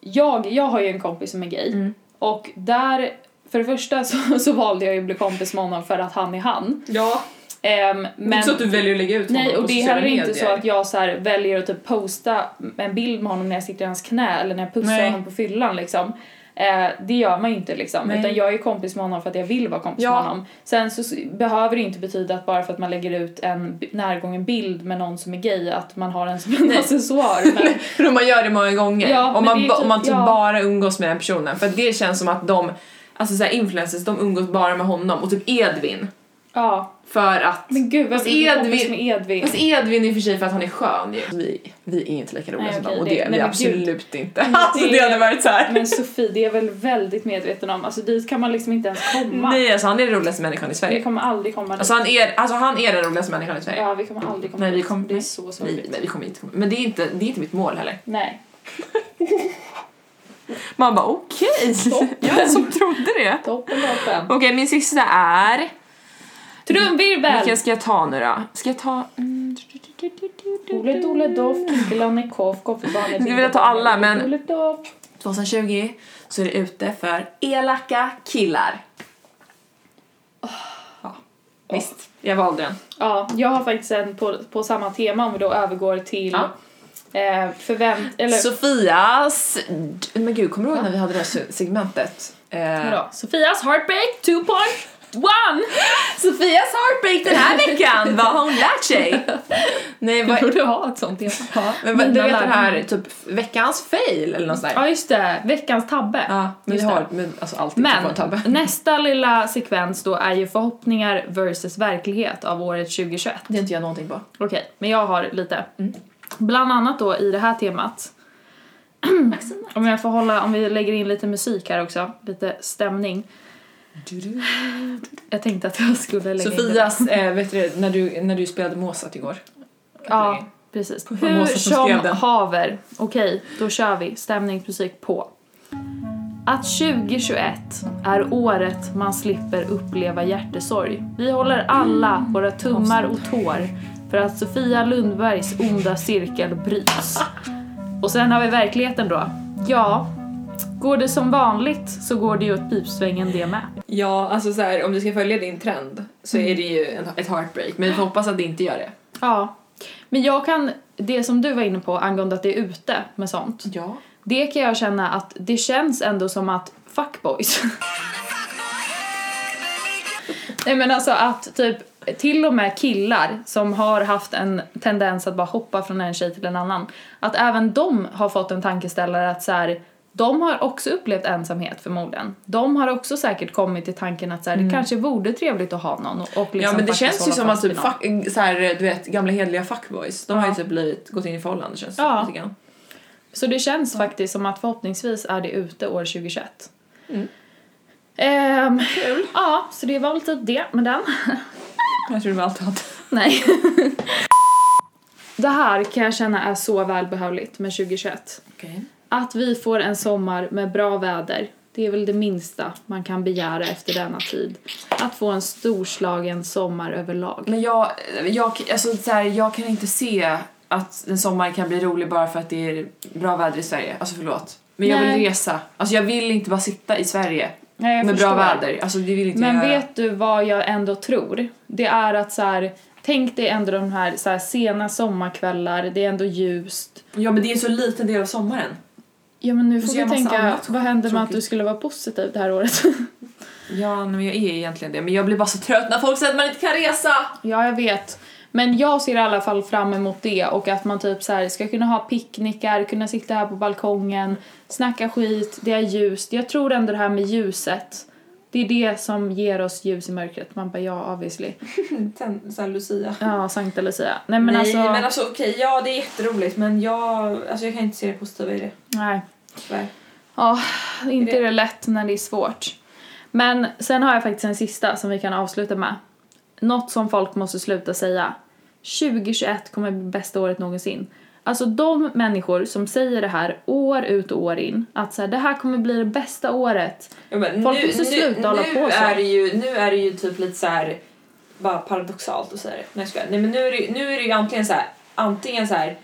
jag, jag har ju en kompis som är gay och där, för det första så, så valde jag ju att bli kompis med honom för att han är han. Ja, Ehm, men, det är men, inte så att du väljer att lägga ut nej, honom och på det är sociala heller medier. inte så att jag så här, väljer att typ posta en bild med honom när jag sitter i hans knä eller när jag pussar Nej. honom på fyllan liksom. Eh, det gör man ju inte liksom. Nej. Utan jag är kompis med honom för att jag vill vara kompis Ja. med honom. Sen så s- behöver det inte betyda att bara för att man lägger ut en b- närgången bild med någon som är gay att man har en som en accessoar. Men, För man gör det många gånger. Ja, men om, man, det är ba- typ- om man typ ja. bara umgås med den personen. För att det känns som att de, alltså såhär influencers, de umgås bara med honom och typ Edvin. ja. För att... Men gud, Fast varför är du Edvin- kompis med Edvin? Fast Edvin i och för sig för att han är skön ju. Vi, vi är inte lika roliga Nej, som okej, dem och det- det är nej, vi men absolut inte. Alltså det det- hade varit såhär. Men Sofie, det är jag väl väldigt medveten om. Alltså dit kan man liksom inte ens komma. Nej alltså han är den roligaste människan i Vi Sverige. kommer aldrig komma dit. Alltså han är, alltså, han är den roligaste människan i Sverige. ja, vi kommer aldrig komma Nej, vi dit. kommer- Det är så Nej, sorgligt. men vi kommer inte komma. Men det är inte, det är inte mitt mål heller. Nej. Man bara okej, jag som trodde det. Toppen, toppen. Okej min sista är Trumvirvel! Vilken ska jag ta nu då? Ska jag ta... Mm. Ole dole doft, Kickelane koff, koffebarnet... skulle vilja ta alla, men- Ole doft. 2020 så är det ute för elaka killar. Ah. Ja, visst. Jag valde den. Ja, jag har faktiskt en på, på samma tema om vi då övergår till Ja. eh, förvänt... Eller Sofias... Men gud, kommer du ihåg när vi hade det här se- segmentet? Eh, vadå? Sofias heartbreak 2.1! Sofias heartbreak den här veckan, vad har hon lärt sig? Nej, vad, borde ha ett sånt tema. Ja, men vad, du vet den här typ veckans fail eller något sånt där. Ja, just det. Veckans tabbe. Ja, men vi just har det. men, alltså, alltid Men telefontabbe. nästa lilla sekvens då är ju förhoppningar versus verklighet av året 2021. Det är inte jag någonting på. Okej, men jag har lite. Bland annat då i det här temat. om jag får hålla, om vi lägger in lite musik här också, lite stämning. Jag tänkte att jag skulle lägga in lite. Sofias, eh, vet du, när du, när du spelade Mozart igår. Ja, precis. var Hur Moses som som skrev den. haver. Okej, då kör vi. Stämning, musik på. Att 2021 är året man slipper uppleva hjärtesorg. Vi håller alla våra tummar och tår för att Sofia Lundbergs onda cirkel bryts. Och sen har vi verkligheten då. Ja, går det som vanligt så går det ju åt pipsvängen det med. Ja, alltså så här, om du ska följa din trend så Mm. är det ju en, ett heartbreak. Men vi får hoppas att det inte gör det. Ja, men jag kan, det som du var inne på angående att det är ute med sånt. Ja. Det kan jag känna att det känns ändå som att fuckboys Nej men alltså att typ till och med killar som har haft en tendens att bara hoppa från en tjej till en annan. Att även de har fått en tankeställare att så här, de har också upplevt ensamhet förmodligen. De har också säkert kommit till tanken att så här, det kanske vore trevligt att ha någon och och liksom Mm. ja men det faktiskt känns ju hålla som att fast vid typ någon. fuck, så här, du vet gamla hederliga fuckboys, de har ju Ja. typ blivit, gått in i förhållande känns det Ja. lite grann. Så det känns faktiskt som att förhoppningsvis är det ute år 2021. Mm. Ehm, ja, så det var väl typ det med den. Jag tror det var allt du hade. Nej. det här kan jag känna är så välbehövligt med 2021. Okej. Att vi får en sommar med bra väder, det är väl det minsta man kan begära efter denna tid. Att få en storslagen sommar överlag. Men jag, jag, alltså, så här, jag kan inte se att en sommar kan bli rolig bara för att det är bra väder i Sverige. Alltså förlåt. Men jag Nej. vill resa. Alltså jag vill inte bara sitta i Sverige Nej, jag med förstår. bra väder. Alltså det vill inte Men jag göra. vet du vad jag ändå tror? Det är att så här, tänk dig ändå de här, så här sena sommarkvällar, det är ändå ljust. Ja men det är en så liten del av sommaren. Ja men nu Och får så vi gör massa tänka, annat vad händer med att tråkigt. du skulle vara positiv det här året? Ja men jag är egentligen det. Men jag blir bara så trött när folk säger att man inte kan resa. ja, jag vet. Men jag ser i alla fall fram emot det och att man typ så här ska kunna ha picknickar, kunna sitta här på balkongen, snacka skit, det är ljust. Jag tror ändå det här med ljuset, det är det som ger oss ljus i mörkret. Man bara ja, obviously. Sen, sen Lucia. Ja, Sankta Lucia. Nej men Nej alltså, men alltså okej, ja det är jätteroligt men jag, alltså, jag kan inte se det positiva i det. nej. Tyvärr. Ja, inte Det- är det lätt när det är svårt. Men sen har jag faktiskt en sista som vi kan avsluta med. Något som folk måste sluta säga. 2021 kommer bli bästa året någonsin. Alltså de människor som säger det här år ut och år in, att så här, det här kommer bli det bästa året. Ja, men Folk nu, måste nu, sluta hålla nu på så. Är det ju, nu är det ju typ lite så här bara paradoxalt att säga det. Nej, jag skojar. Nej men nu är det, ju- nu är det ju antingen så här, antingen så här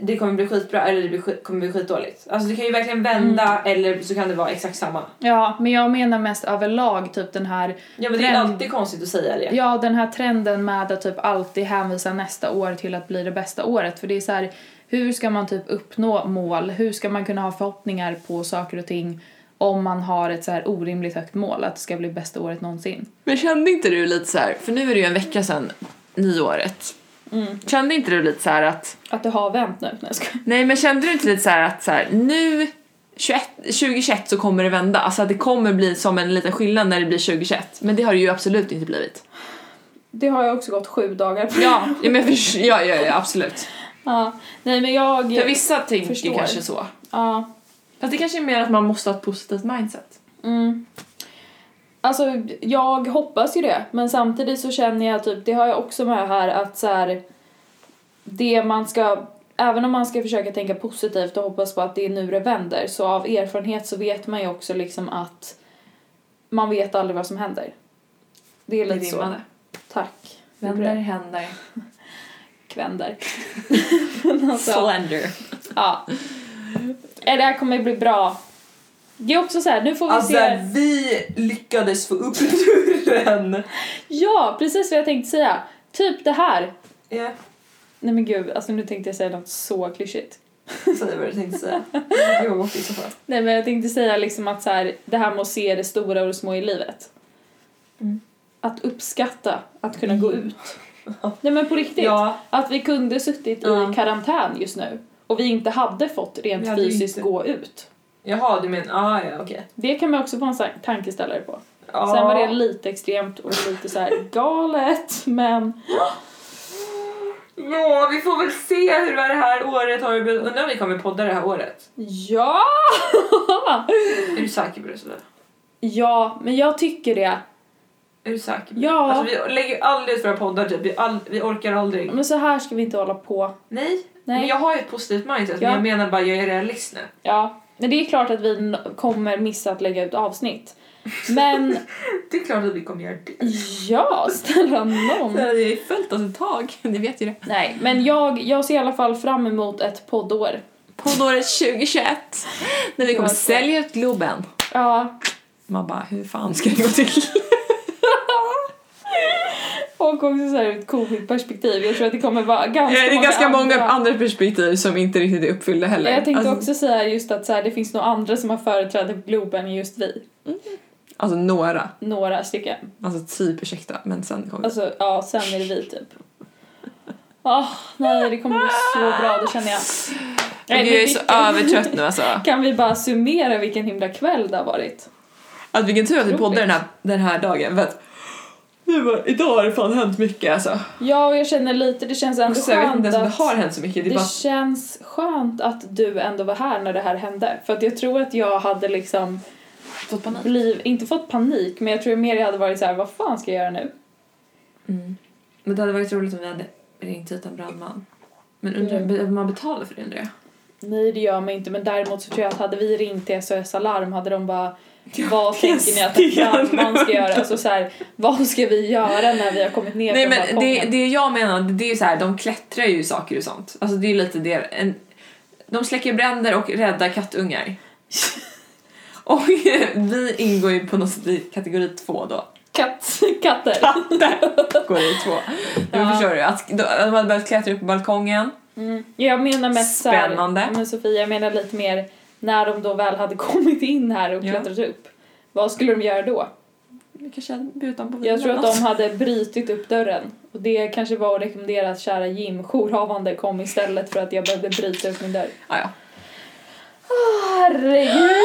det kommer bli skitbra eller det blir, skit- kommer bli skitdåligt. Alltså det kan ju verkligen vända Mm. eller så kan det vara exakt samma. Ja, men jag menar mest överlag typ den här Ja men det är Trend. alltid konstigt att säga det. Ja, den här trenden med att typ alltid hänvisa nästa år till att bli det bästa året. För det är så här, hur ska man typ uppnå mål? Hur ska man kunna ha förhoppningar på saker och ting om man har ett så här orimligt högt mål att det ska bli bästa året någonsin? Men kände inte du lite så här, för nu är det ju en vecka sedan nyåret. Kände inte du lite så här att Att det har vänt nu. Nej, jag skojar. Nej men kände du inte lite så här att så här, nu 21, 2021 så kommer det vända, alltså att det kommer bli som en liten skillnad när det blir 2021. Men det har det ju absolut inte blivit. Det har jag också gått sju dagar på. Ja, ja men för, ja, ja, ja absolut. ja. Nej, men jag... För vissa tänker Förstår. kanske så. Ja. Fast det kanske är mer att man måste ha ett positivt mindset. Mm. Alltså jag hoppas ju det men samtidigt så känner jag typ, det har jag också med här att så här, det man ska, även om man ska försöka tänka positivt och hoppas på att det är nu det vänder så av erfarenhet så vet man ju också liksom att man vet aldrig vad som händer. Det är lite så. Tack. Vänder, händer. Kvänder. Men alltså, Slender. ja. Eh, Det här kommer bli bra. Det är också så här, nu får vi Alltså se. vi lyckades få upp turen. Ja, precis vad jag tänkte säga. Typ det här. Ja, Nej men gud, alltså nu tänkte jag säga något så klyschigt. säg vad du tänkte säga. Jag var bort i så fall. Nej men jag tänkte säga liksom att så här, det här med att se det stora och det små i livet. Mm. Att uppskatta att kunna gå ut. Nej men på riktigt. Ja, Att vi kunde suttit Ja. i karantän just nu och vi inte hade fått rent Vi hade ju fysiskt inte. gå ut. jaha du menar, ah, ja okej. Det kan man också få en sån här tankeställare på. Ja. Sen var det lite extremt och lite så här galet men Ja, vi får väl se hur det här året har blivit. Undrar om vi kommer podda det här året? ja! Är du säker på det sådär? ja, men jag tycker det. Är du säker på det? Ja. Alltså, vi lägger ju aldrig ut våra poddar typ. Vi, all, vi orkar aldrig. Men så här ska vi inte hålla på. Nej. Nej. Men jag har ju ett positivt mindset. Ja. Men jag menar bara, jag är realist nu. Ja, men det är klart att vi n- kommer missa att lägga ut avsnitt. Men Det är klart att vi kommer göra det. ja, snälla Det nån. hade ju följt oss ett tag. Ni vet ju det. Nej, men jag, jag ser i alla fall fram emot ett poddår. Poddåret 2021. När vi kommer Ja, så. sälja ut Globen. Ja, Man bara, hur fan ska det gå till? och också så här ur ett covid-perspektiv. Jag tror att det kommer vara ganska Det är ganska många andra- andra perspektiv som inte riktigt är uppfyllda heller. Jag tänkte Alltså, också säga just att så här, det finns nog andra som har företräde på Globen än just vi. Alltså några. Några stycken. Alltså typ ursäkta, men sen kommer Alltså, ja, sen är det vi typ. Åh, nej, det kommer gå så bra, det känner jag. jag. men Jag är så vilken- övertrött nu alltså. Kan vi bara summera vilken himla kväll det har varit? Att vilken tur att vi poddar den här, den här dagen för att nu bara, idag har det fan hänt mycket alltså. Ja, och jag känner lite, det känns ändå Så Alltså, jag vet skönt inte ens om det att... har hänt så mycket. Det är Det bara känns skönt att du ändå var här när det här hände. För att jag tror att jag hade liksom fått panik. bliv, inte fått panik, men jag tror mer jag hade varit så här: vad fan ska jag göra nu? Mm. Men det hade varit roligt om vi hade ringt hit en brandman. Men undrar, Mm. behöver man betala för det undrar jag? Nej, det gör man inte, men däremot så tror jag att hade vi ringt till SOS Alarm hade de bara vad tänker ni att en Sten brandman ska göra? undrar. Alltså så här, vad ska vi göra när vi har kommit ner Nej från men det, balkongen? det jag menar, det är ju så här, de klättrar ju i saker och sånt. Alltså det är lite det. En, de släcker bränder och räddar kattungar. och vi ingår ju på något sätt i kategori två då. Katt, katter. Går i två. Men Ja. förstår du? Att de de hade börjat klättra upp på balkongen. Mm. Jag menar mest så här, Spännande. men Sofia, jag menar lite mer när de då väl hade kommit in här och Ja. klättrat upp. Vad skulle de göra då? Vi kanske hade butan på Jag tror vindarna. att de hade brutit upp dörren. Och det kanske var att rekommendera att kära Jim, jourhavande, kom istället för att jag behövde bryta upp min dörr. Ah, ja. Herregud!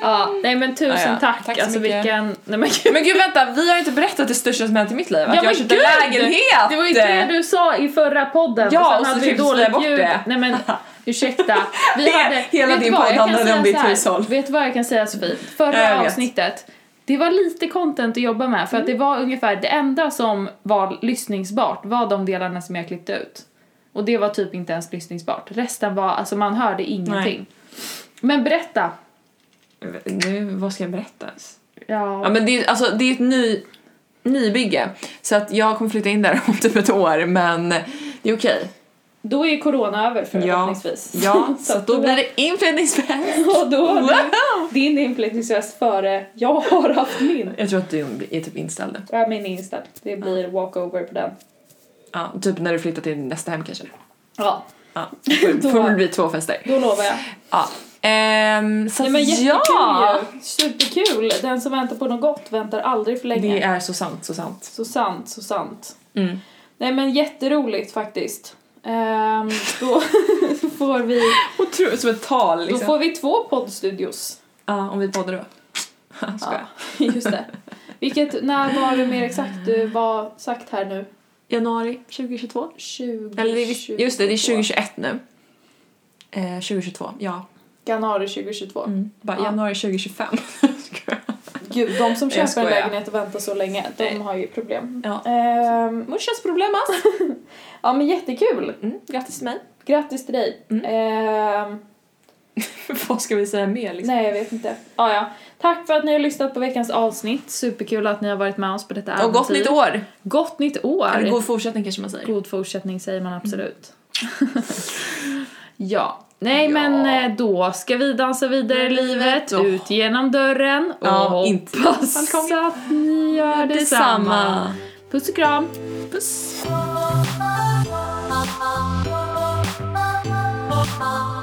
ja, nej men tusen Mm. Ja, ja. Tack, Tack så alltså mycket. vilken... Nej men gud. Men gud vänta, vi har inte berättat det största som hänt i mitt liv. Att Ja, jag har men köpt gud! en lägenhet! Det var ju det du sa i förra podden. eh, Ja, sen och så hade vi försökte dåligt slöja bort ljud. det. Nej men ursäkta. Vi Det- hade, hela vet du din vad, podd jag kan handlade säga om ditt så här. hushåll. Vet du vad jag kan säga Sofie? Ja, jag Förra vet. Mm. avsnittet, det var lite content att jobba med för att det var ungefär det enda som var lyssningsbart var de delarna som jag klippte ut. Och det var typ inte ens lyssningsbart. Resten var, alltså man hörde ingenting. Men berätta. Nu, vad ska jag berätta ens? Ja. Ja men det är, alltså, det är ett ny, nybygge. Så att jag kommer flytta in där om typ ett år men det är okej. Då är ju corona över förhoppningsvis. Ja, så att då du- blir det inflyttningsfest. Och då har du Wow! din inflyttningsfest före jag har haft min. Jag tror att du är typ inställd nu. Ja, min inställd. Det blir walkover på den. Ja, typ när du flyttar till nästa hem kanske. Ja, Ja, då får det- Då- får det bli två fester. då lovar jag. Ja. Ehm, så Nej att men jättekul ja! ju! Superkul! Den som väntar på något gott väntar aldrig för länge. Det är så sant, så sant. Så sant, så sant. Mm. Nej men jätteroligt faktiskt. Ehm, då, får vi, Otroligt, som ett tal liksom. då får vi två poddstudios. Ja, om vi poddar då. Skojar. just det. Vilket, när var det mer exakt du var sagt här nu? Januari 2022. 20, Eller det är, just det, det är 2021 nu. Eh, 2022, ja. Januari 2022. Mm. Bara Ja. januari 2025. Skojar. Gud, de som Jag köper en skojar. lägenhet och väntar så länge, de Nej. har ju problem. ja. Ehm, Muchas problemas! ja men jättekul! Mm, grattis till mig. Grattis till dig! Mm. Ehm, Vad ska vi säga mer liksom? Nej, jag vet inte. Ah, ja. Tack för att ni har lyssnat på veckans avsnitt. Superkul att ni har varit med oss på detta Och gott äventyr. nytt år! Gott nytt år! Eller god fortsättning kanske man säger. God fortsättning säger man absolut. ja. Nej Mm. Ja. men eh, då ska vi dansa vidare i livet, Åh. ut genom dörren och Ja, inte genom hoppas balkongen. att ni gör detsamma. Puss och kram! Puss! Bye.